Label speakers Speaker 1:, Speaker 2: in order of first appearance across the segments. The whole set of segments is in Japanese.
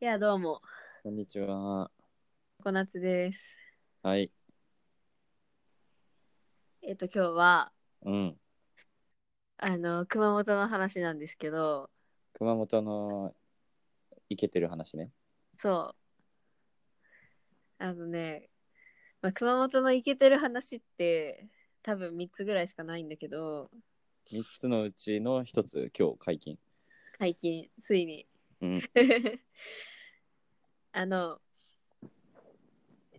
Speaker 1: いや、どうも、
Speaker 2: こんにちは。
Speaker 1: コナツです。
Speaker 2: はい。
Speaker 1: えっ、と、今日は、
Speaker 2: うん。
Speaker 1: あの、熊本の話なんですけど、
Speaker 2: 熊本のイケてる話ね。
Speaker 1: そう。あのね、まあ、熊本のイケてる話って、多分3つぐらいしかないんだけど、
Speaker 2: 3つのうちの1つ、今日解禁。
Speaker 1: 最近、ついに。
Speaker 2: うん。
Speaker 1: あの、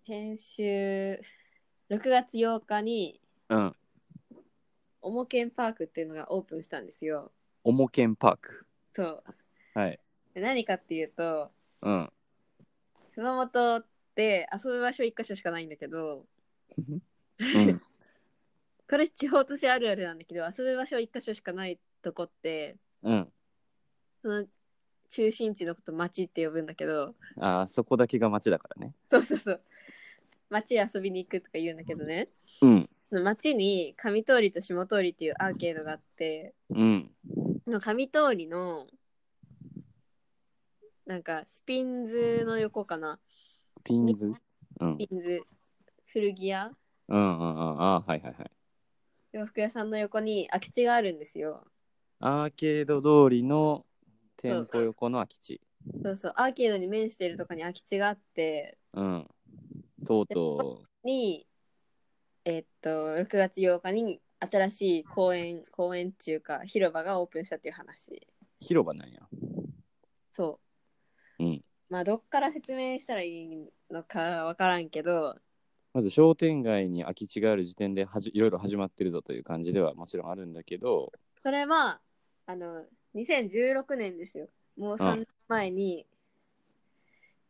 Speaker 1: 先週、6月8日に、
Speaker 2: うん。
Speaker 1: おもけんパークっていうのがオープンしたんですよ。
Speaker 2: おもけんパーク。
Speaker 1: そう。
Speaker 2: はい。
Speaker 1: で何かっていうと、
Speaker 2: うん。
Speaker 1: 熊本って遊ぶ場所1箇所しかないんだけど
Speaker 2: うん。
Speaker 1: これ地方都市あるあるなんだけど遊ぶ場所1箇所しかないとこって
Speaker 2: うん。
Speaker 1: その中心地のこと町って呼ぶんだけど
Speaker 2: あーそこだけが街だからね。
Speaker 1: そうそうそう町遊びに行くとか言うんだけどね
Speaker 2: うん。
Speaker 1: その町に上通りと下通りっていうアーケードがあって
Speaker 2: うん。
Speaker 1: その上通りのなんかスピンズの横かな
Speaker 2: ピンズ。うん。うん
Speaker 1: スピンズ古着屋
Speaker 2: うんうん。あーはいはいはい。
Speaker 1: 洋服屋さんの横に空き地があるんですよ
Speaker 2: アーケード通りの店舗横の空き地。
Speaker 1: そうそうアーケードに面してるとこに空き地があって
Speaker 2: うん。とうと
Speaker 1: にえっと6月8日に新しい公園公園中か広場がオープンしたっていう話
Speaker 2: う広場なんや。
Speaker 1: そう、
Speaker 2: うん
Speaker 1: まあどっから説明したらいいのかわからんけど
Speaker 2: まず商店街に空き地がある時点ではじいろいろ始まってるぞという感じではもちろんあるんだけど、
Speaker 1: それはあの2016年ですよもう3
Speaker 2: うん
Speaker 1: 年前に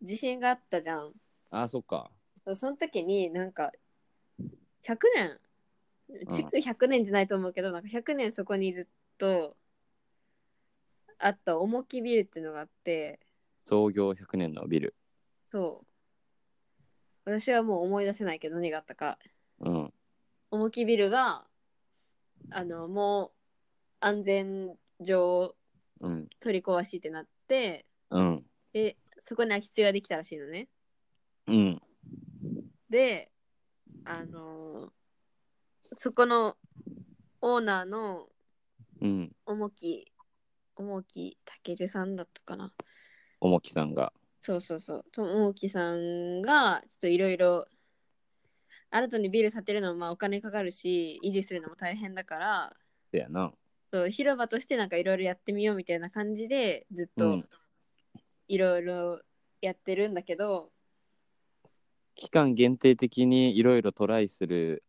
Speaker 1: 地震があったじゃん
Speaker 2: あーそっか。
Speaker 1: そうその時になんか100年
Speaker 2: ん
Speaker 1: 築100年じゃないと思うけど、なんか100年そこにずっとあった重きビルっていうのがあって
Speaker 2: 創業100年のビル。
Speaker 1: そう私はもう思い出せないけど何があったか
Speaker 2: うん。
Speaker 1: 重きビルがあのもう安全上
Speaker 2: うん。
Speaker 1: 取り壊しってなって
Speaker 2: うん。
Speaker 1: でそこに空き地ができたらしいのね
Speaker 2: うん。
Speaker 1: であのそこのオーナーの
Speaker 2: うん。
Speaker 1: 重き重きたけるさんだったかな
Speaker 2: おもきさんが。
Speaker 1: そうそうそうと重きさんがちょっといろいろ新たにビル建てるのもまあお金かかるし維持するのも大変だから
Speaker 2: せやな。
Speaker 1: そう広場としてなんかいろいろやってみようみたいな感じでずっ
Speaker 2: う
Speaker 1: と
Speaker 2: ん。
Speaker 1: いろいろやってるんだけど、
Speaker 2: 期間限定的にいろいろトライする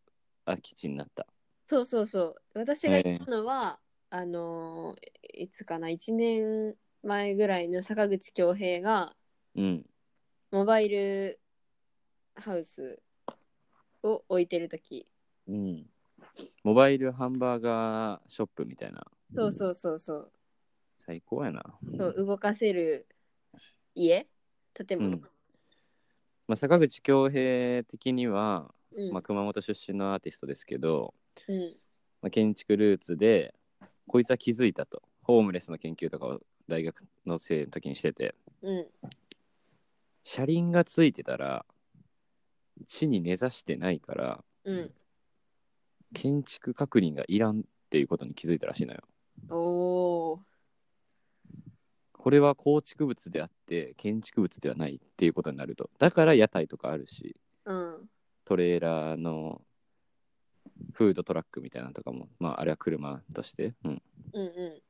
Speaker 2: 空き地になった。
Speaker 1: そうそうそう私が
Speaker 2: ええ
Speaker 1: 行ったのは、あのーいつかな1年前ぐらいの坂口恭平が
Speaker 2: うん。
Speaker 1: モバイルハウスを置いてる時
Speaker 2: うん。モバイルハンバーガーショップみたいな。
Speaker 1: そうそうそうそう
Speaker 2: 最高やな。
Speaker 1: そう動かせる家建物、
Speaker 2: まあ、坂口恭平的には、
Speaker 1: うん
Speaker 2: まあ、熊本出身のアーティストですけど、
Speaker 1: うん
Speaker 2: まあ、建築ルーツで、こいつは気づいたと。ホームレスの研究とかを大学の生の時にしてて。
Speaker 1: うん
Speaker 2: 車輪がついてたら地に根ざしてないから
Speaker 1: うん
Speaker 2: 建築確認がいらんっていうことに気づいたらしいのよ。
Speaker 1: おー
Speaker 2: これは構築物であって建築物ではないっていうことになるとだから屋台とかあるし
Speaker 1: うん
Speaker 2: トレーラーのフードトラックみたいなのとかもまああれは車として、うん、
Speaker 1: うんう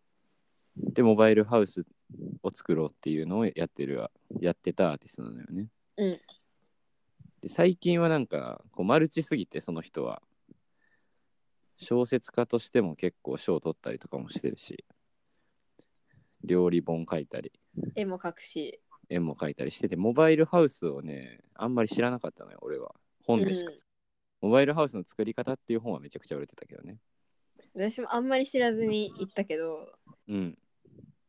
Speaker 2: でモバイルハウスを作ろうっていうのをやってるわやってたアーティストなのよね。
Speaker 1: うん
Speaker 2: で最近はなんかこうマルチすぎてその人は小説家としても結構賞を取ったりとかもしてるし料理本書いたり
Speaker 1: ん絵も描くし
Speaker 2: 絵も書いたりしててモバイルハウスをねあんまり知らなかったのよ俺は
Speaker 1: う
Speaker 2: 本
Speaker 1: ん
Speaker 2: でしか、モバイルハウスの作り方っていう本はめちゃくちゃ売れてたけどね
Speaker 1: 私もあんまり知らずに行ったけど
Speaker 2: うん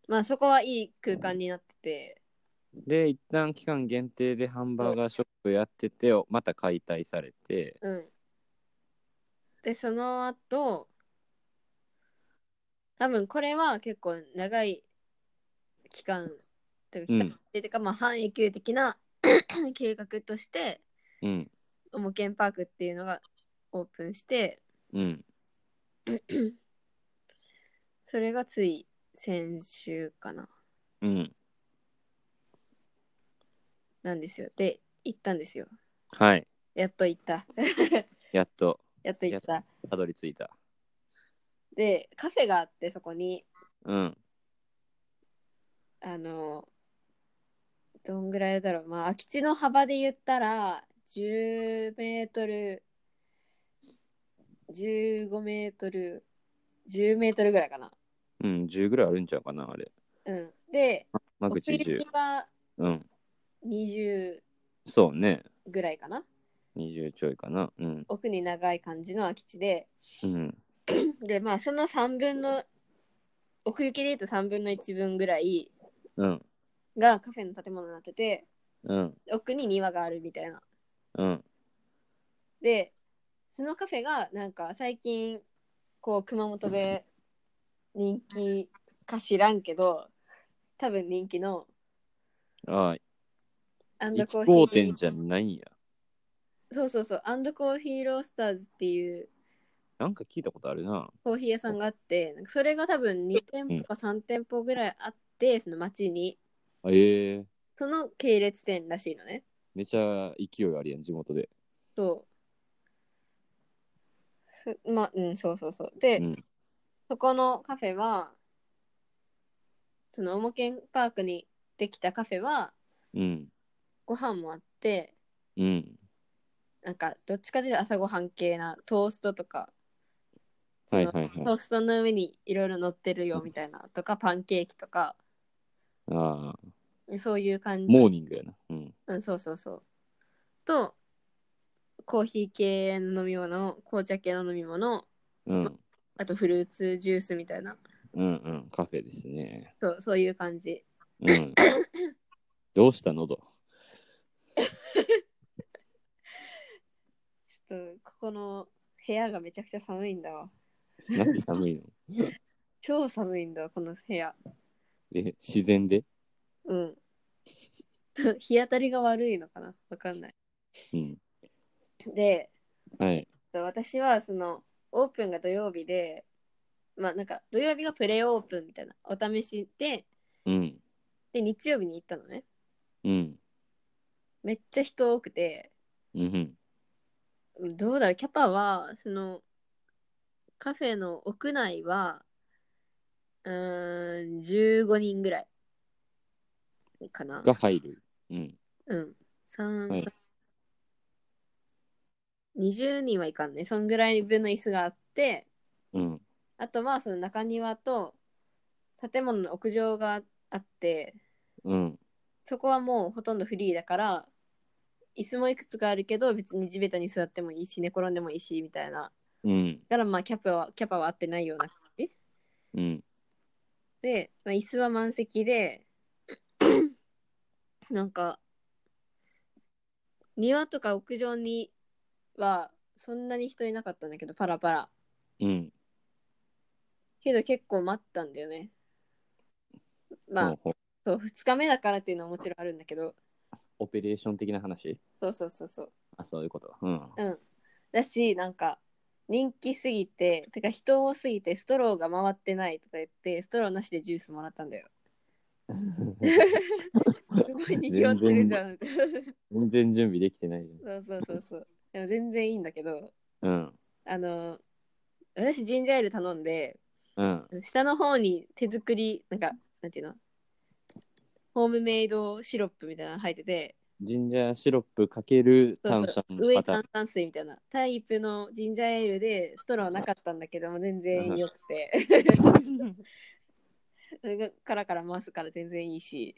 Speaker 1: まあそこはいい空間になってて
Speaker 2: で一旦期間限定でハンバーガーショップやっててまた解体されて
Speaker 1: うんでその後多分これは結構長い期間というか期間っていうか、まあ半永久的な 計画として
Speaker 2: うん、
Speaker 1: 模型パークっていうのがオープンして
Speaker 2: うん、
Speaker 1: それがつい先週かな
Speaker 2: うん。
Speaker 1: なんですよで行ったんですよ
Speaker 2: はい。
Speaker 1: やっと行った
Speaker 2: やっと、
Speaker 1: やっと行った
Speaker 2: たどり着いた。
Speaker 1: でカフェがあってそこに
Speaker 2: うん、
Speaker 1: あのどんぐらいだろうまあ空き地の幅で言ったら10メートル15メートル10メートルぐらいかな
Speaker 2: うん、10ぐらいあるんちゃうかな、あれ。
Speaker 1: うんで
Speaker 2: 間口
Speaker 1: 奥行
Speaker 2: 10
Speaker 1: き。は
Speaker 2: うん、
Speaker 1: 20
Speaker 2: そうね。
Speaker 1: ぐらいかな
Speaker 2: 20ちょいかな。うん、
Speaker 1: 奥に長い感じの空き地で
Speaker 2: うん、
Speaker 1: でまあその3分の奥行きで言うと3分の1分ぐらい
Speaker 2: うん、
Speaker 1: がカフェの建物になってて
Speaker 2: うん、
Speaker 1: 奥に庭があるみたいな
Speaker 2: うん、
Speaker 1: でそのカフェがなんか最近こう熊本で人気か知らんけど多分人気の
Speaker 2: ああ、
Speaker 1: アンドコ
Speaker 2: 1
Speaker 1: ー
Speaker 2: 号
Speaker 1: ヒー
Speaker 2: 店じゃないんや。
Speaker 1: そうそうそうアンドコーヒーロースターズっていう
Speaker 2: なんか聞いたことあるな。
Speaker 1: コーヒー屋さんがあってなんかそれが多分2店舗か3店舗ぐらいあってその町に
Speaker 2: ええ
Speaker 1: その系列店らしいのね
Speaker 2: めちゃ勢いあるやん、地元で。
Speaker 1: そうすまあうんそうそうそうで、
Speaker 2: うん、
Speaker 1: そこのカフェは、その、おもけんパークにできたカフェは、
Speaker 2: うん、
Speaker 1: ご飯もあって、
Speaker 2: うん、
Speaker 1: なんか、どっちかというと朝ごはん系なトーストとか、そ
Speaker 2: はい
Speaker 1: の
Speaker 2: はい
Speaker 1: ト
Speaker 2: はい。
Speaker 1: ーストの上にいろいろ乗ってるよみたいな、とか、パンケーキとか、
Speaker 2: ああ、
Speaker 1: そういう感じ。
Speaker 2: モーニングやな。うん、
Speaker 1: うん、そうそうそう。と、コーヒー系の飲み物、紅茶系の飲み物、
Speaker 2: うん、
Speaker 1: あとフルーツジュースみたいな、
Speaker 2: うん、うん、カフェですね。
Speaker 1: そうそういう感じ。
Speaker 2: うん。どうした喉
Speaker 1: ちょっと、ここの部屋がめちゃくちゃ寒いんだわ。
Speaker 2: なんで寒いの
Speaker 1: 超寒いんだわこの部屋
Speaker 2: え、自然で
Speaker 1: うん 日当たりが悪いのかなわかんない
Speaker 2: うん。
Speaker 1: で
Speaker 2: はい。
Speaker 1: 私はそのオープンが土曜日でまあなんか土曜日がプレオープンみたいなお試しで
Speaker 2: うん。
Speaker 1: で日曜日に行ったのね
Speaker 2: うん。
Speaker 1: めっちゃ人多くて
Speaker 2: うん。
Speaker 1: どうだろうキャパはそのカフェの屋内はうーん15人ぐらいかな
Speaker 2: が入る。うん。
Speaker 1: うん。三、
Speaker 2: はい
Speaker 1: 20人はいかんね。そんぐらい分の椅子があって、
Speaker 2: うん。
Speaker 1: あとはその中庭と建物の屋上があって、
Speaker 2: うん。
Speaker 1: そこはもうほとんどフリーだから、椅子もいくつかあるけど、別に地べたに座ってもいいし、寝転んでもいいし、みたいな。
Speaker 2: うん。
Speaker 1: だからまあキャパは、キャパは合ってないような感じ。
Speaker 2: うん。
Speaker 1: で、まあ、椅子は満席で、なんか、庭とか屋上にはそんなに人いなかったんだけど、パラパラ。
Speaker 2: うん。
Speaker 1: けど結構待ったんだよね。まあ、
Speaker 2: ほうほう
Speaker 1: そう、2日目だからっていうのはもちろんあるんだけど、
Speaker 2: オペレーション的な話
Speaker 1: そうそうそうそう。
Speaker 2: あ、そういうこと。 うん。
Speaker 1: うん。だし、なんか、人気すぎて、てか人多すぎてストローが回ってないとか言って、ストローなしでジュースもらったんだよ。すごい賑わってるじゃん。みたいな
Speaker 2: 全然準備できてないよ。
Speaker 1: そうそうそうそう。でも全然いいんだけど、
Speaker 2: うん。
Speaker 1: あの、私ジンジャーエール頼んで、
Speaker 2: うん。
Speaker 1: 下の方に手作り、なんか、なんていうのホームメイドシロップみたいなの入ってて、
Speaker 2: ジンジャーシロップかける
Speaker 1: そう
Speaker 2: 炭
Speaker 1: そ
Speaker 2: 酸
Speaker 1: う上
Speaker 2: パターン
Speaker 1: 炭。酸水みたいなタイプのジンジャーエールでストローなかったんだけども全然よくてそれが カラカラ回すから全然いいし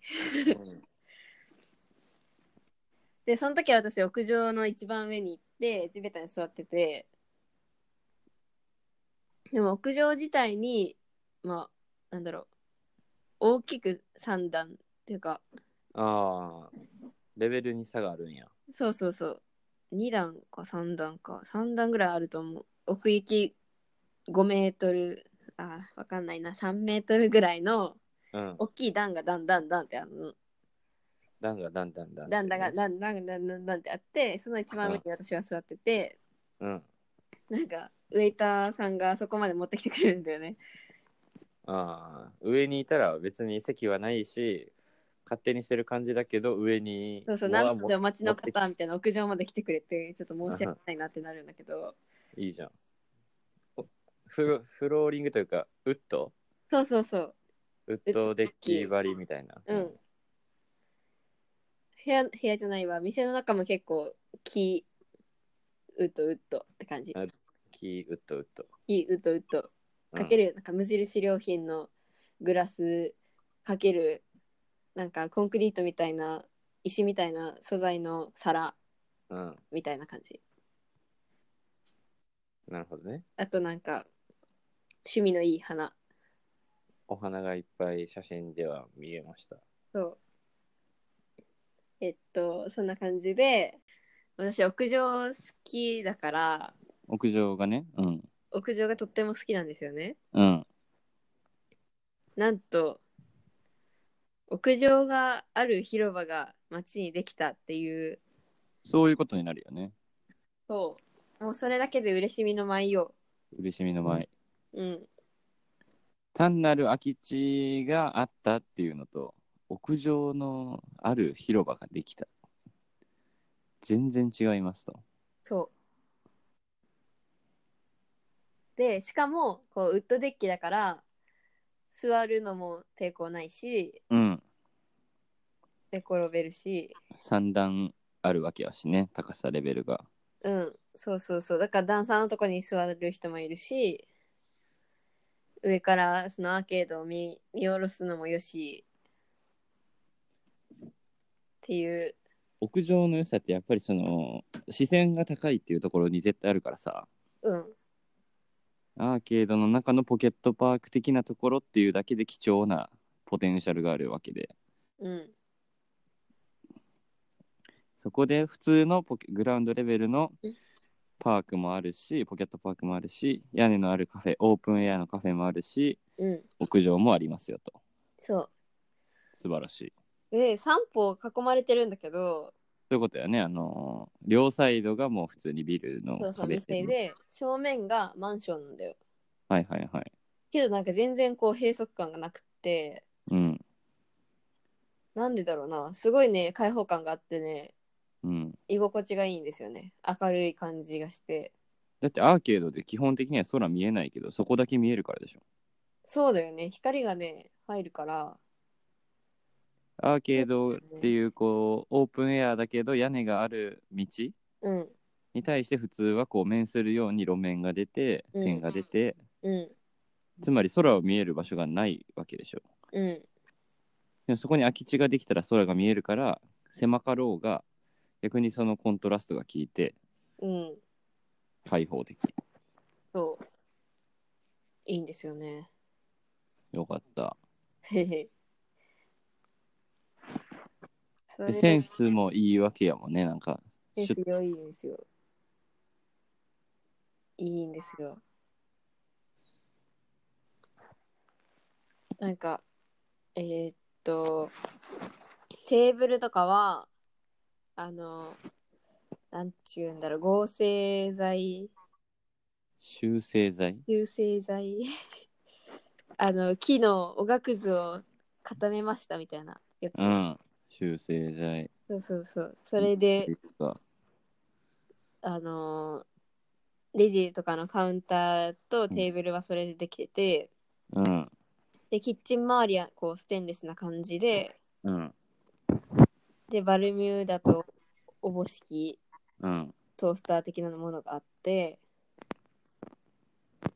Speaker 1: でその時は私屋上の一番上に行って地べたに座っててでも屋上自体にまあなんだろう大きく3段っていうか
Speaker 2: ああ、レベルに差があるんや。
Speaker 1: そうそうそう2段か3段か3段ぐらいあると思う奥行き5メートルあわかんないな3メートルぐらいの
Speaker 2: うん。
Speaker 1: 大きい段がだんだんだんってあの
Speaker 2: 段が段々段々。
Speaker 1: 段々が段々が段々段々ってあってその一番上に私は座ってて
Speaker 2: うん。
Speaker 1: なんかウェイターさんがそこまで持ってきてくれるんだよね
Speaker 2: ああ、上にいたら別に席はないし、勝手にしてる感じだけど、上に。
Speaker 1: そうそう
Speaker 2: わ
Speaker 1: 何
Speaker 2: も
Speaker 1: でお待ちの方みたいな屋上まで来てくれてちょっと申し訳ないなってなるんだけど
Speaker 2: いいじゃん。おフロフローリングというか、ウッド
Speaker 1: そうそうそう
Speaker 2: ウッドデッキ張りみたいな。
Speaker 1: うん。部屋部屋じゃないわ店の中も結構木ウッドウッドって感じ
Speaker 2: あ木、ウッド、ウッド。
Speaker 1: 木ウッドウッド
Speaker 2: うん
Speaker 1: かけるなんか無印良品のグラスかけるなんかコンクリートみたいな石みたいな素材の皿
Speaker 2: うん。
Speaker 1: みたいな感じ
Speaker 2: なるほどね。
Speaker 1: あとなんか趣味のいい花
Speaker 2: お花がいっぱい写真では見えました。
Speaker 1: そうえっとそんな感じで私屋上好きだから
Speaker 2: 屋上がね。うん。
Speaker 1: 屋上がとっても好きなんですよね
Speaker 2: うん。
Speaker 1: なんと屋上がある広場が町にできたっていう
Speaker 2: そういうことになるよね。
Speaker 1: そうもうそれだけで嬉しみの舞よ
Speaker 2: 嬉しみの前。
Speaker 1: うん
Speaker 2: 単なる空き地があったっていうのと屋上のある広場ができた全然違いますと
Speaker 1: そうでしかもこうウッドデッキだから座るのも抵抗ないし
Speaker 2: うん
Speaker 1: 寝転べるし
Speaker 2: 三段あるわけやしね高さレベルが
Speaker 1: うんそうそうそうだから段差のとこに座る人もいるし上からそのアーケードを見見下ろすのもよしっていう
Speaker 2: 屋上の良さってやっぱりその視線が高いっていうところに絶対あるからさ
Speaker 1: うん
Speaker 2: アーケードの中のポケットパーク的なところっていうだけで貴重なポテンシャルがあるわけで
Speaker 1: うん
Speaker 2: そこで普通のポケグラウンドレベルのパークもあるし、ポケットパークもあるし、屋根のあるカフェ、オープンエアのカフェもあるし、
Speaker 1: うん
Speaker 2: 屋上もありますよと。
Speaker 1: そ
Speaker 2: 素晴らしい。
Speaker 1: うで三方囲まれてるんだけど
Speaker 2: ということやね、あのー両サイドがもう普通にビルの
Speaker 1: そうそう
Speaker 2: 壁
Speaker 1: 店で正面がマンションなんだよ
Speaker 2: はいはいはい。
Speaker 1: けどなんか全然こう閉塞感がなくって
Speaker 2: うん。
Speaker 1: なんでだろうなすごいね開放感があってね
Speaker 2: うん、
Speaker 1: 居心地がいいんですよね明るい感じがして
Speaker 2: だってアーケードで基本的には空見えないけど、そこだけ見えるからでしょ。
Speaker 1: そうだよね光がね入るから
Speaker 2: アーケードっていうこう、オープンエアだけど屋根がある道
Speaker 1: うん
Speaker 2: に対して普通はこう面するように路面が出て、
Speaker 1: うん
Speaker 2: 点が出て、
Speaker 1: うん
Speaker 2: つまり空を見える場所がないわけでしょ。
Speaker 1: うん
Speaker 2: でもそこに空き地ができたら空が見えるから狭かろうが逆にそのコントラストが効いて
Speaker 1: うん
Speaker 2: 開放的。
Speaker 1: そういいんですよね
Speaker 2: よかった。
Speaker 1: へへそれ
Speaker 2: でセンスもいいわけやもんね。なんか
Speaker 1: で
Speaker 2: シ
Speaker 1: す
Speaker 2: ュッ
Speaker 1: よ、いいんですよ。いいんですよ。なんか、えーっと、テーブルとかは、あの、なんちゅうんだろう、合成剤、
Speaker 2: 修正剤
Speaker 1: 流星剤、 あの、木のおがくずを固めましたみたいなやつ。
Speaker 2: うん。修正剤。
Speaker 1: そうそうそう。それで、
Speaker 2: か
Speaker 1: あのーレジとかのカウンターとテーブルはそれでできてて、
Speaker 2: うん。
Speaker 1: でキッチン周りはこうステンレスな感じで
Speaker 2: うん。
Speaker 1: でバルミューダとおぼしき
Speaker 2: うん。
Speaker 1: トースター的なものがあって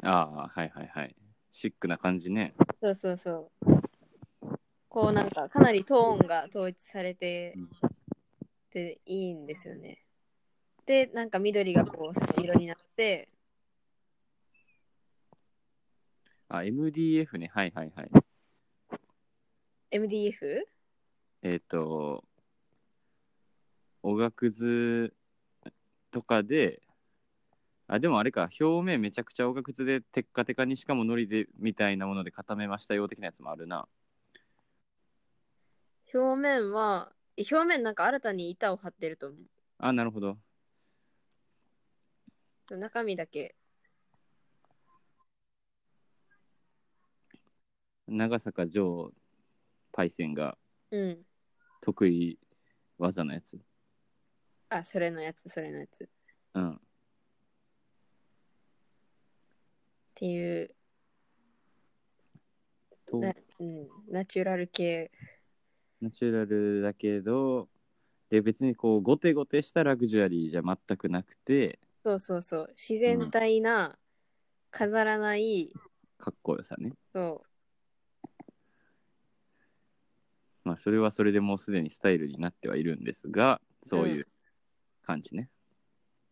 Speaker 2: ああ、はいはいはい。シックな感じね。
Speaker 1: そうそうそうこうなんかかなりトーンが統一されて
Speaker 2: うん
Speaker 1: ていいんですよねでなんか緑がこう差し色になって
Speaker 2: あ、MDF ね。はいはいはい。
Speaker 1: MDF?
Speaker 2: えっ、と、おがくずとかで、あ、でもあれか、表面めちゃくちゃおかくつで、テッカテカにしかもノリでみたいなもので固めましたよ的なやつもあるな。
Speaker 1: 表面は、表面なんか新たに板を張ってると思
Speaker 2: あ、なるほど。
Speaker 1: う。中身だけ。
Speaker 2: 長坂城パイセンが
Speaker 1: うん。
Speaker 2: 得意技のやつ。
Speaker 1: あ、それのやつ、それのやつ。っ
Speaker 2: うん。
Speaker 1: ていう、
Speaker 2: と
Speaker 1: なうん、ナチュラル系。
Speaker 2: ナチュラルだけど、で、別にこう、ゴテゴテしたラグジュアリーじゃ全くなくて、
Speaker 1: そうそうそう。自然体な、飾らない、
Speaker 2: かっこよさね。
Speaker 1: そ
Speaker 2: まあ、それはそれでもうすでにスタイルになってはいるんですが、そういう感じね。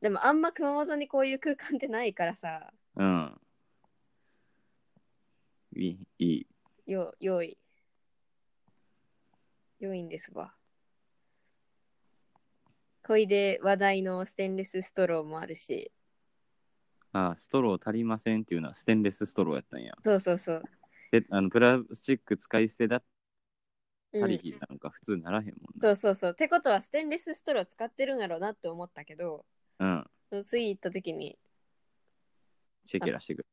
Speaker 1: う。でもあんま熊本にこういう空間ってないからさ、
Speaker 2: うん。いい、いい。
Speaker 1: よ、良い。良いんですわ。ほいで話題のステンレスストローもあるし、
Speaker 2: ああ、ストロー足りませんっていうのはステンレスストローやったんや。
Speaker 1: そうそうそう。
Speaker 2: で、あのプラスチック使い捨てだっ
Speaker 1: う
Speaker 2: た
Speaker 1: ん
Speaker 2: り、なんか普通ならへんもん
Speaker 1: そうそうそう。ってことはステンレスストロー使ってるんやろうなって思ったけど、
Speaker 2: な。うん。
Speaker 1: 次行った時に、
Speaker 2: シェケラしてく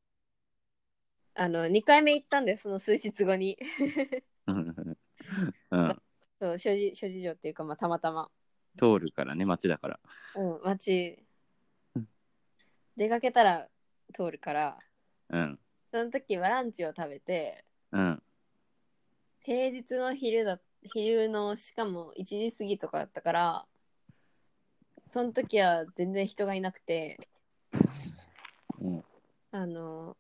Speaker 1: あの、2回目行ったんで、その数日後に。
Speaker 2: る。うん うん。
Speaker 1: そう、諸事諸事情っていうか、まあ、たまたま。
Speaker 2: 通るからね、街だから。
Speaker 1: うん、街
Speaker 2: うん、
Speaker 1: 出かけたら通るから、
Speaker 2: うん。
Speaker 1: その時はランチを食べて、
Speaker 2: うん。
Speaker 1: 平日の昼だ昼のしかも1時過ぎとかだったからその時は全然人がいなくて
Speaker 2: うん、
Speaker 1: あの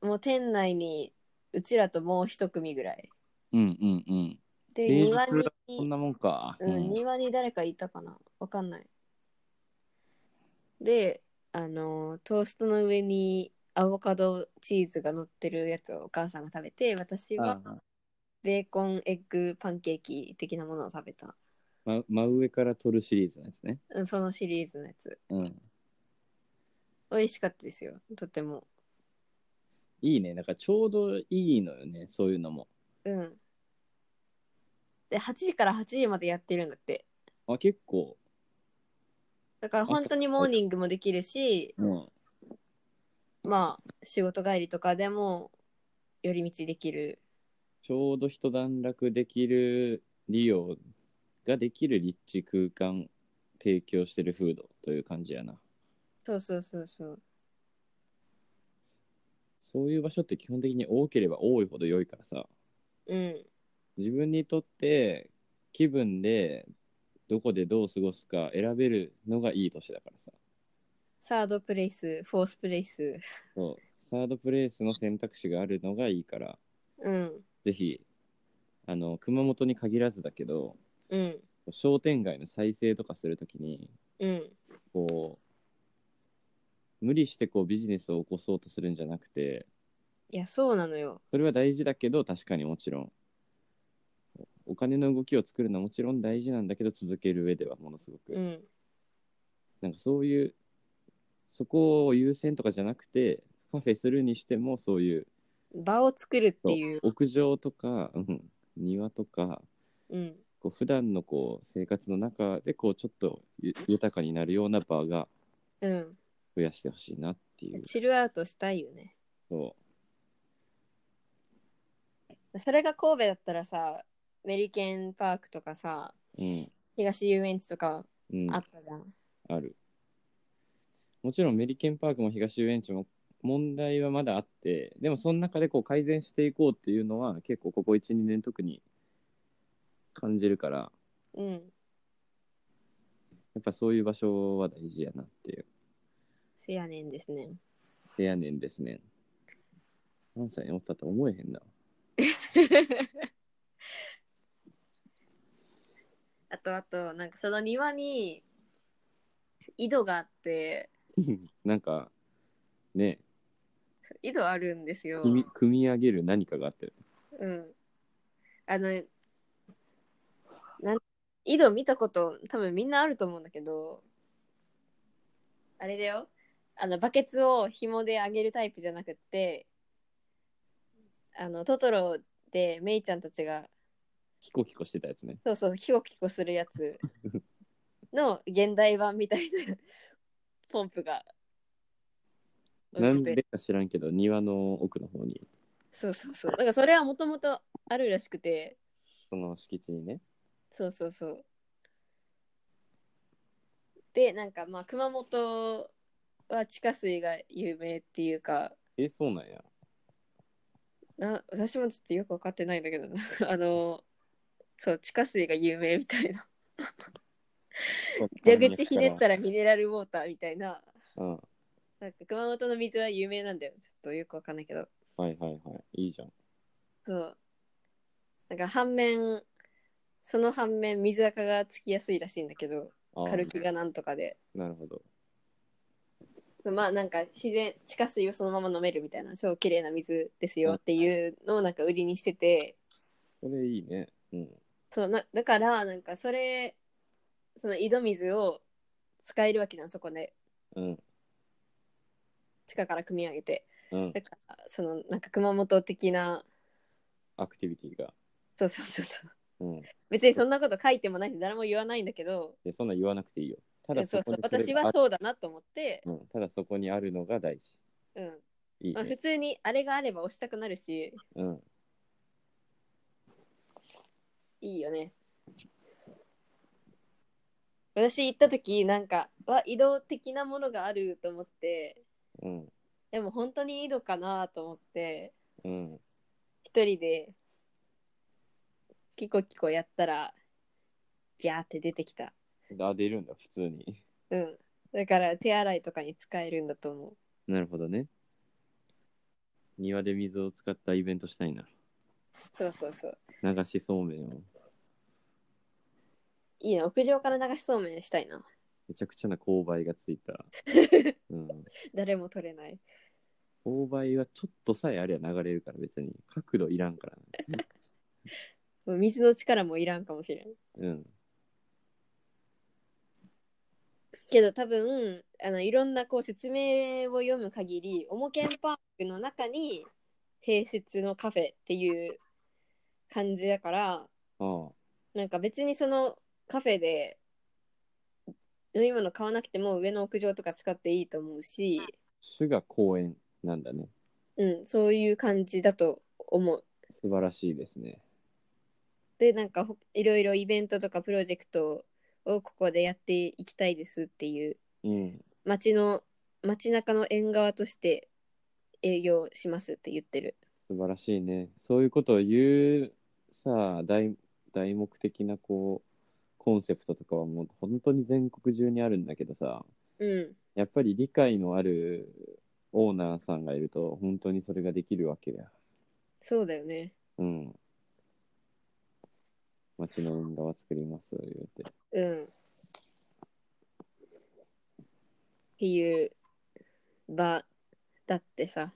Speaker 1: もう店内にうちらともう一組ぐらい
Speaker 2: うん、うん。うん
Speaker 1: で
Speaker 2: 平日
Speaker 1: 庭
Speaker 2: は
Speaker 1: に、
Speaker 2: こんなもんか。
Speaker 1: うん庭に誰かいたかなわかんないであのトーストの上にアボカドチーズが乗ってるやつをお母さんが食べて私
Speaker 2: あ
Speaker 1: はベーコンエッグパンケーキ的なものを食べた
Speaker 2: ま真上から撮るシリーズのやつね。
Speaker 1: うん、そのシリーズのやつ。
Speaker 2: うん。
Speaker 1: 美味しかったですよ。とても。
Speaker 2: いいね。なんかちょうどいいのよね、そういうのも。
Speaker 1: うん。で、8時から8時までやってるんだって。
Speaker 2: あ、結構。
Speaker 1: だから本当にモーニングもできるし、
Speaker 2: うん。
Speaker 1: まあ、仕事帰りとかでも寄り道できる。
Speaker 2: ちょうど一段落できる利用ができる立地空間提供してるフードという感じやな。
Speaker 1: そうそうそうそう。
Speaker 2: そういう場所って基本的に多ければ多いほど良いからさ、
Speaker 1: うん。
Speaker 2: 自分にとって気分でどこでどう過ごすか選べるのがいい年だからさ。
Speaker 1: サードプレイス、フォースプレイス。
Speaker 2: そう。サードプレイスの選択肢があるのがいいから、
Speaker 1: うん。
Speaker 2: ぜひ、あの、熊本に限らずだけど、
Speaker 1: うん。
Speaker 2: 商店街の再生とかするときに、
Speaker 1: うん。
Speaker 2: こう、無理してこうビジネスを起こそうとするんじゃなくて、
Speaker 1: いや、そうなのよ。
Speaker 2: それは大事だけど、確かにもちろん、お金の動きを作るのはもちろん大事なんだけど、続ける上ではものすごく、
Speaker 1: うん。
Speaker 2: なんかそういう、そこを優先とかじゃなくて、カフェするにしても、そういう、
Speaker 1: 場を作るっていう。
Speaker 2: 屋上とか、うん、庭とか、
Speaker 1: うん。
Speaker 2: こう普段のこう生活の中でこうちょっとゆ豊かになるような場が
Speaker 1: う
Speaker 2: 増やしてほしいなってい
Speaker 1: ん。
Speaker 2: う。
Speaker 1: チルアウトしたいよね。
Speaker 2: そ
Speaker 1: それが神戸だったらさメリケンパークとかさ
Speaker 2: う。うん。
Speaker 1: 東遊園地とか
Speaker 2: うん、
Speaker 1: あ
Speaker 2: あ
Speaker 1: ったじゃん、
Speaker 2: る。もちろんメリケンパークも東遊園地も問題はまだあって、でもその中でこう改善していこうっていうのは結構ここ1、2年特に感じるから、
Speaker 1: うん
Speaker 2: やっぱそういう場所は大事やなっていう。
Speaker 1: せやねんですね
Speaker 2: せやねんですねん。何歳におったと思えへんな。
Speaker 1: あとあとなんかその庭に井戸があって
Speaker 2: なんか、ね、
Speaker 1: 井戸あるんですよ、
Speaker 2: 組み組み上げる何かがあって
Speaker 1: うん、あのなん井戸見たこと多分みんなあると思うんだけどあれだよあのバケツを紐であげるタイプじゃなくってあのトトロでメイちゃんたちが
Speaker 2: キコキコしてたやつね。
Speaker 1: そうそうヒコキコするやつの現代版みたいな ポンプが
Speaker 2: なんでか知らんけど、庭の奥の方に、
Speaker 1: そうそうそうだからそれはもともとあるらしくて
Speaker 2: その敷地にね。
Speaker 1: そうそうそうでなんかまあ熊本は地下水が有名っていうか
Speaker 2: え、そうなんや。
Speaker 1: な私もちょっとよく分かってないんだけどなあのそう地下水が有名みたいな蛇口ひねったらミネラルウォーターみたいな
Speaker 2: うん。は
Speaker 1: なんか熊本の水は有名なんだよちょっとよく分かんないけど
Speaker 2: いはいはい。いいじゃん。
Speaker 1: そうなんか反面その反面水垢がつきやすいらしいんだけど
Speaker 2: あー
Speaker 1: 軽気がなんとかで
Speaker 2: なるほど。
Speaker 1: まあなんか自然地下水をそのまま飲めるみたいな超綺麗な水ですよっていうのをなんか売りにしてて
Speaker 2: それいいね。うん。
Speaker 1: そうなだからなんかそれその井戸水を使えるわけじゃんそこで
Speaker 2: うん。
Speaker 1: 地下から汲み上げて
Speaker 2: うん。
Speaker 1: だからそのなんか熊本的な
Speaker 2: アクティビティが。
Speaker 1: そうそうそうそう
Speaker 2: うん。い
Speaker 1: 別にそんなこと書いてもないし誰も言わないんだけど
Speaker 2: や、そんな言わなくていいよ。た
Speaker 1: うん
Speaker 2: だ
Speaker 1: そ
Speaker 2: そう
Speaker 1: そ
Speaker 2: こ
Speaker 1: う
Speaker 2: にそれ
Speaker 1: 私
Speaker 2: が
Speaker 1: は
Speaker 2: あ
Speaker 1: そうだなと思って、
Speaker 2: うん、ただそこにあるのが大事。
Speaker 1: うん
Speaker 2: いい、
Speaker 1: まあ、普
Speaker 2: ね。
Speaker 1: 通にあれがあれば押したくなるし
Speaker 2: うん。
Speaker 1: いいよね私行った時なんかは移動的なものがあると思って
Speaker 2: うん。
Speaker 1: でも本当に井戸かなと思って
Speaker 2: うん。
Speaker 1: 一人でキコキコやったらギャーって出てきた
Speaker 2: あ、出るんだ、普通に。
Speaker 1: うんだから手洗いとかに使えるんだと思う
Speaker 2: なるほどね。庭で水を使ったイベントしたいな。
Speaker 1: そうそうそう
Speaker 2: 流しそうめんを。
Speaker 1: いいな屋上から流しそうめんしたいな
Speaker 2: めちゃくちゃな勾配がつ いた。うん。
Speaker 1: 誰も取れない
Speaker 2: 勾配はちょっとさえあれば流れるから別に。角度いらんから、ね。
Speaker 1: もう水の力もいらんかもしれん
Speaker 2: うん。
Speaker 1: けど多分あのいろんなこう説明を読む限りおもけんパークの中に併設のカフェっていう感じだから
Speaker 2: ああ。
Speaker 1: なんか別にそのカフェで飲み物買わなくても上の屋上とか使っていいと思うし、
Speaker 2: 主が公園なんだね。
Speaker 1: うん、そういう感じだと思う。
Speaker 2: 素晴らしいですね。
Speaker 1: でなんかほいろいろイベントとかプロジェクトをここでやっていきたいですっていう
Speaker 2: うん。
Speaker 1: 街の街中の縁側として営業しますって言ってる。
Speaker 2: 素晴らしいね。そういうことを言うさあ大、大目的なこう、コンセプトとかはもう本当に全国中にあるんだけどさ、
Speaker 1: うん、
Speaker 2: やっぱり理解のあるオーナーさんがいると本当にそれができるわけだ。
Speaker 1: そうだよね。
Speaker 2: うん。街の運動は作ります、言うて。
Speaker 1: うん。っていう場だってさ、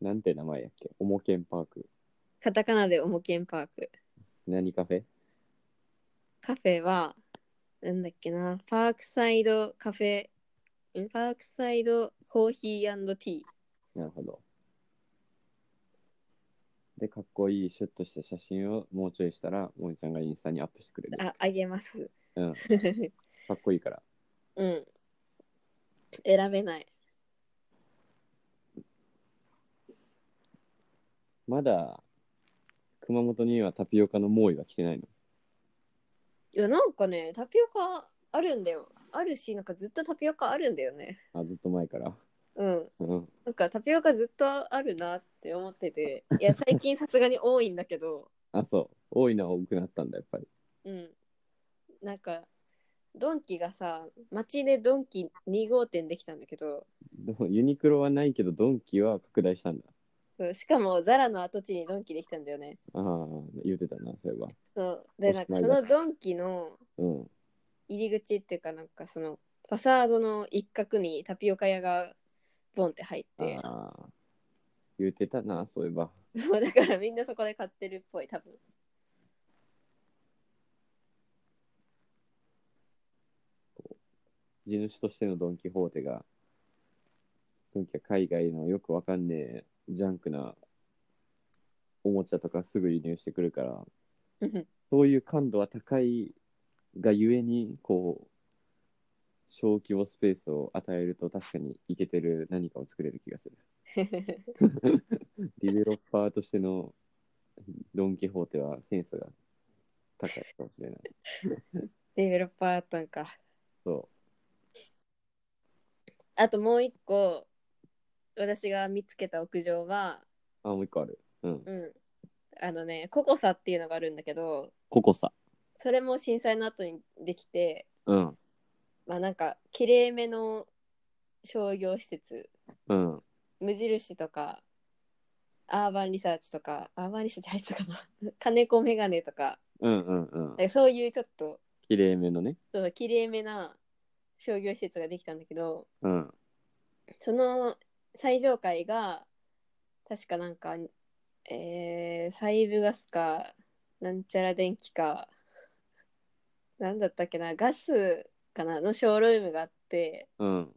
Speaker 2: なんて名前やっけおもけんパーク。
Speaker 1: カタカナでおもけんパーク。
Speaker 2: 何カフェ
Speaker 1: カフェは、なんだっけな、パークサイドカフェ、んパークサイドコーヒーティー。
Speaker 2: なるほど。で、かっこいいシュッとした写真をもうちょいしたら、もみちゃんがインスタにアップしてくれる。
Speaker 1: あ、あげ ます。
Speaker 2: うん。か
Speaker 1: う
Speaker 2: っこいいから。
Speaker 1: ん。選べない。
Speaker 2: まだ、熊本にはタピオカの猛威は来てないの。
Speaker 1: いや、なんかね、タピオカあるんだよ。あるし、なんかずっとタピオカあるんだよね。
Speaker 2: あ、ずっと前から。
Speaker 1: うん。
Speaker 2: うん。
Speaker 1: なんかタピオカずっとあるなって思ってて、いや、最近さすがに多いんだけど、
Speaker 2: あ、そう。多いのは多くなったんだ、やっぱり。
Speaker 1: うん。なんか、ドンキがさ、街でドンキ2号店できたんだけど、
Speaker 2: でもユニクロはないけど、ドンキは拡大したんだ。
Speaker 1: そうしかもザラの跡地にドンキできたんだよね。
Speaker 2: ああ、言うてたな、そういえば。
Speaker 1: そう。で、
Speaker 2: おし
Speaker 1: なん
Speaker 2: まい
Speaker 1: か
Speaker 2: だ
Speaker 1: そのドンキの
Speaker 2: うん。
Speaker 1: 入り口っていうか、なんかその、ファサードの一角にタピオカ屋がボンって入って、
Speaker 2: ああ。言うてたな、そういえば。
Speaker 1: そうだからみんなそこで買ってるっぽい、多分。
Speaker 2: 地主としてのドン・キホーテが文きは海外のよくわかんねえジャンクなおもちゃとかすぐ輸入してくるから
Speaker 1: うん
Speaker 2: そういう感度は高いがゆえにこう小規模スペースを与えると確かにいけてる何かを作れる気がするディベロッパーとしてのドン・キホーテはセンスが高いかもしれない
Speaker 1: デベロッパーだったんか。
Speaker 2: そ
Speaker 1: あともう一個、私が見つけた屋上は、
Speaker 2: うあもう一個あるうん
Speaker 1: うん。あのね、ココサっていうのがあるんだけど、
Speaker 2: ココサ
Speaker 1: それも震災の後にできて、
Speaker 2: うん
Speaker 1: まあなんか、きれいめの商業施設、
Speaker 2: うん
Speaker 1: 無印とか、アーバンリサーチとか、アーバンリサーチ入ってたかな 金子メガネとか、
Speaker 2: うんうんうん
Speaker 1: なんかそういうちょっと、
Speaker 2: きれいめのね
Speaker 1: そうきれいめな商業施設ができたんだけど
Speaker 2: うん
Speaker 1: その最上階が確かなんかえー、サイブガスかなんちゃら電気かなんだったっけなガスかなのショールームがあって
Speaker 2: うん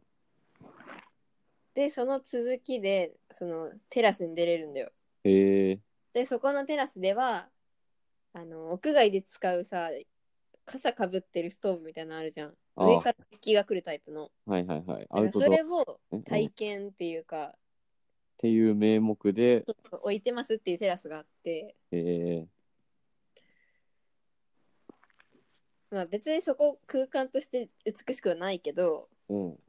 Speaker 1: でその続きでそのテラスに出れるんだよ
Speaker 2: へえ
Speaker 1: でそこのテラスではあの屋外で使うさ傘かぶってるストーブみたいなのあるじゃん
Speaker 2: あー
Speaker 1: 上から熱気が来るタイプの
Speaker 2: はいはいはい
Speaker 1: だか
Speaker 2: アウ
Speaker 1: らそ
Speaker 2: トドア
Speaker 1: れを
Speaker 2: ねうん
Speaker 1: 体
Speaker 2: っ
Speaker 1: 験っていうか、
Speaker 2: ていう名目で
Speaker 1: ちょっと置いてますっていうテラスがあって、
Speaker 2: えー、
Speaker 1: まあ、別にそこ空間として美しくはないけど
Speaker 2: うん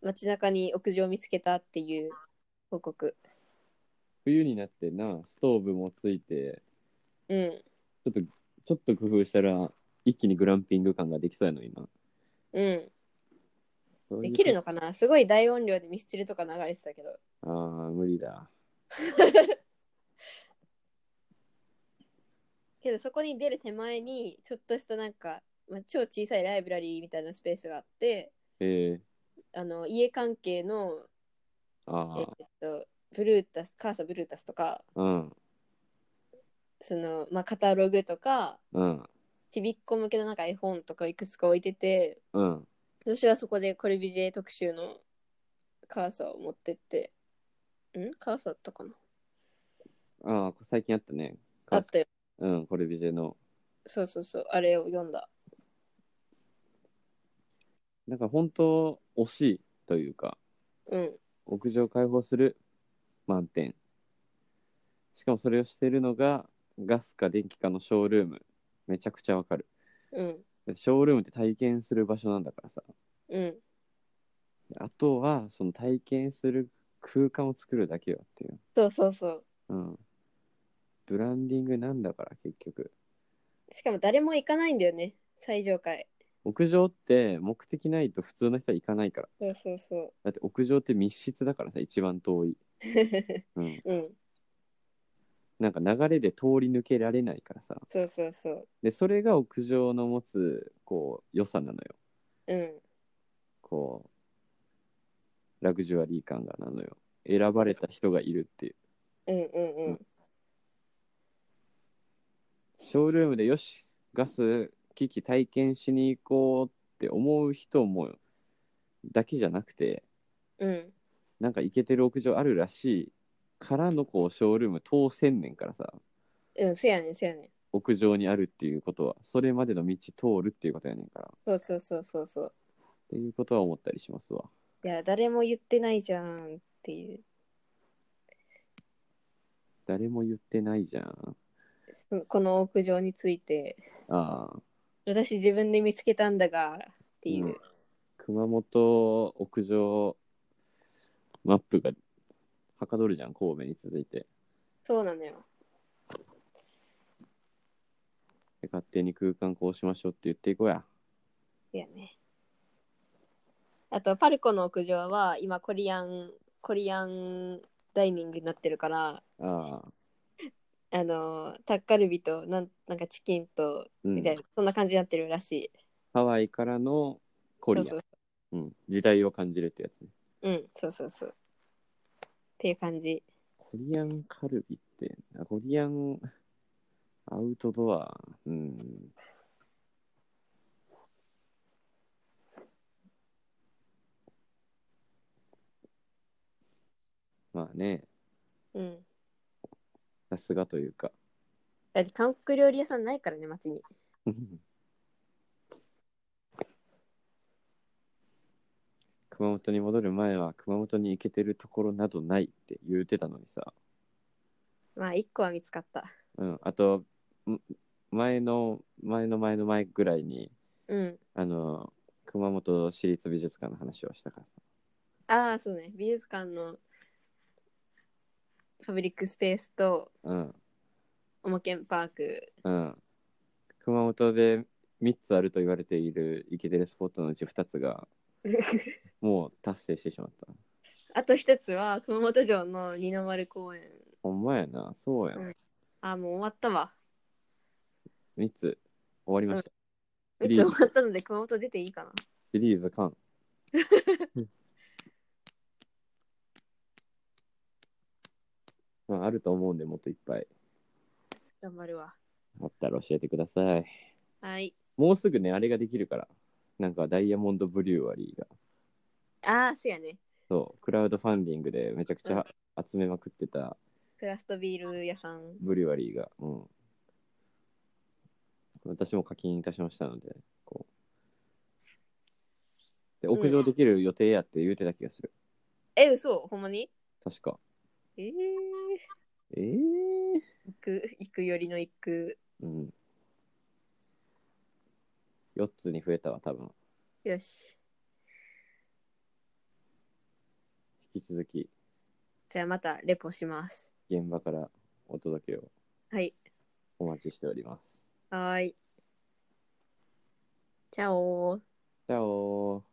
Speaker 1: 街中に屋上を見つけたっていう報告
Speaker 2: 冬になってなストーブもついて
Speaker 1: うん
Speaker 2: ちょっとちょっと工夫したら一気にグランピング感ができそうやの今
Speaker 1: う
Speaker 2: そ
Speaker 1: ん
Speaker 2: う
Speaker 1: で
Speaker 2: いう
Speaker 1: きるのかなすごい大音量でミスチルとか流れてたけど
Speaker 2: ああ無理だ
Speaker 1: けどそこに出る手前にちょっとしたなんか、まあ、超小さいライブラリーみたいなスペースがあって
Speaker 2: えー、
Speaker 1: あの家関係の
Speaker 2: あ
Speaker 1: えっとブルータスカーサブルータスとか
Speaker 2: あうん
Speaker 1: その、まあ、カタログとか
Speaker 2: うん
Speaker 1: ちびっこ向けのなんか絵本とかいくつか置いてて
Speaker 2: うん
Speaker 1: 私はそこでコルビジエ特集のカーサを持ってってんカーサあったかな
Speaker 2: ああ最近あったね
Speaker 1: あったよ
Speaker 2: うんこれビジェの
Speaker 1: そうそうそうあれを読んだ
Speaker 2: なんか本当惜しいというか
Speaker 1: うん
Speaker 2: 屋上開放する満点しかもそれをしてるのがガスか電気かのショールームめちゃくちゃわかる
Speaker 1: うん
Speaker 2: だってショールームって体験する場所なんだからさ
Speaker 1: うん
Speaker 2: あとはその体験する空間を作るだけよっていう、
Speaker 1: そうそうそう
Speaker 2: うん、ブランディングなんだから結局
Speaker 1: しかも誰も行かないんだよね最上階
Speaker 2: 屋上って目的ないと普通の人は行かないから
Speaker 1: そうそうそ
Speaker 2: だって屋上って密室だからさ一番遠い、
Speaker 1: う
Speaker 2: うん、
Speaker 1: うん
Speaker 2: なんか流れで通り抜けられないからさ
Speaker 1: そうそうそう
Speaker 2: でそれが屋上の持つこう良さなのよ
Speaker 1: うん
Speaker 2: こうラグジュアリー感がなのよ選ばれた人がいるっていう
Speaker 1: うんうんうん
Speaker 2: ショールームでよしガス機器体験しに行こうって思う人もだけじゃなくて
Speaker 1: うん
Speaker 2: なんか行けてる屋上あるらしいからのこうショールーム当選年からさ
Speaker 1: うんせやねんせやねん
Speaker 2: 屋上にあるっていうことはそれまでの道通るっていうことやねんからっ
Speaker 1: そうそうそうそうそう
Speaker 2: ていうことは思ったりしますわ
Speaker 1: いや誰も言ってないじゃんっていう
Speaker 2: 誰も言ってないじゃん
Speaker 1: そのこの屋上について
Speaker 2: ああ
Speaker 1: 私自分で見つけたんだがっていう、
Speaker 2: うん熊本屋上マップがはかどるじゃん神戸に続いて
Speaker 1: そうなのよ
Speaker 2: で勝手に空間こうしましょうって言っていこうや
Speaker 1: いやねあとパルコの屋上は今コリアンコリアンダイニングになってるから
Speaker 2: ああ
Speaker 1: あのタッカルビとなんなんかチキンと
Speaker 2: うん
Speaker 1: みたいな、そんな感じになってるらしい
Speaker 2: ハワイからのコリアン
Speaker 1: そう
Speaker 2: うん、時代を感じるってやつね
Speaker 1: そううんそうそうそうっていう感じ
Speaker 2: コリアンカルビってあコリアンアウトドアうんまあね、
Speaker 1: うん。
Speaker 2: さすがというか。
Speaker 1: だって韓国料理屋さんないからね、街に。
Speaker 2: 熊本に戻る前は熊本に行けてるところなどないって言うてたのにさ、
Speaker 1: まあ、一個は見つかった。
Speaker 2: うん、あとん前の前の前の前ぐらいに
Speaker 1: うん。
Speaker 2: あの熊本市立美術館の話をしたから
Speaker 1: ああ、そうね。美術館のパブリックスペースと、
Speaker 2: うん
Speaker 1: おもけんパーク。
Speaker 2: うん熊本で3つあると言われているイケてるスポットのうち2つがもう達成してしまった
Speaker 1: あと一つは、熊本城の二の丸公園。
Speaker 2: ほんまやなそうや、
Speaker 1: うんああ、もう終わったわ。
Speaker 2: 3つ終わりました、
Speaker 1: いつ終わったので、熊本出ていいかな。
Speaker 2: シリーズ完まあ、あると思うんでもっといっぱい
Speaker 1: 頑張るわ。
Speaker 2: あったら教えてください
Speaker 1: はい。
Speaker 2: もうすぐねあれができるからなんかダイヤモンドブリュワリーが
Speaker 1: ああ、そうやね。
Speaker 2: そうクラウドファンディングでめちゃくちゃ集めまくってた
Speaker 1: クラフトビール屋さん。
Speaker 2: ブリュワリーが、うん、私も課金いたしましたのでこうで
Speaker 1: うん
Speaker 2: 屋上できる予定やって言うてた気がする、
Speaker 1: え、嘘ほんまに
Speaker 2: 確か
Speaker 1: ええ
Speaker 2: ええ
Speaker 1: 行く、行くよりの行く。
Speaker 2: うん4つに増えたわ多分
Speaker 1: よし。
Speaker 2: 引き続き
Speaker 1: じゃあまたレポします。
Speaker 2: 現場からお届けを
Speaker 1: はい。
Speaker 2: お待ちしております
Speaker 1: はーい。チャオー。
Speaker 2: チャオー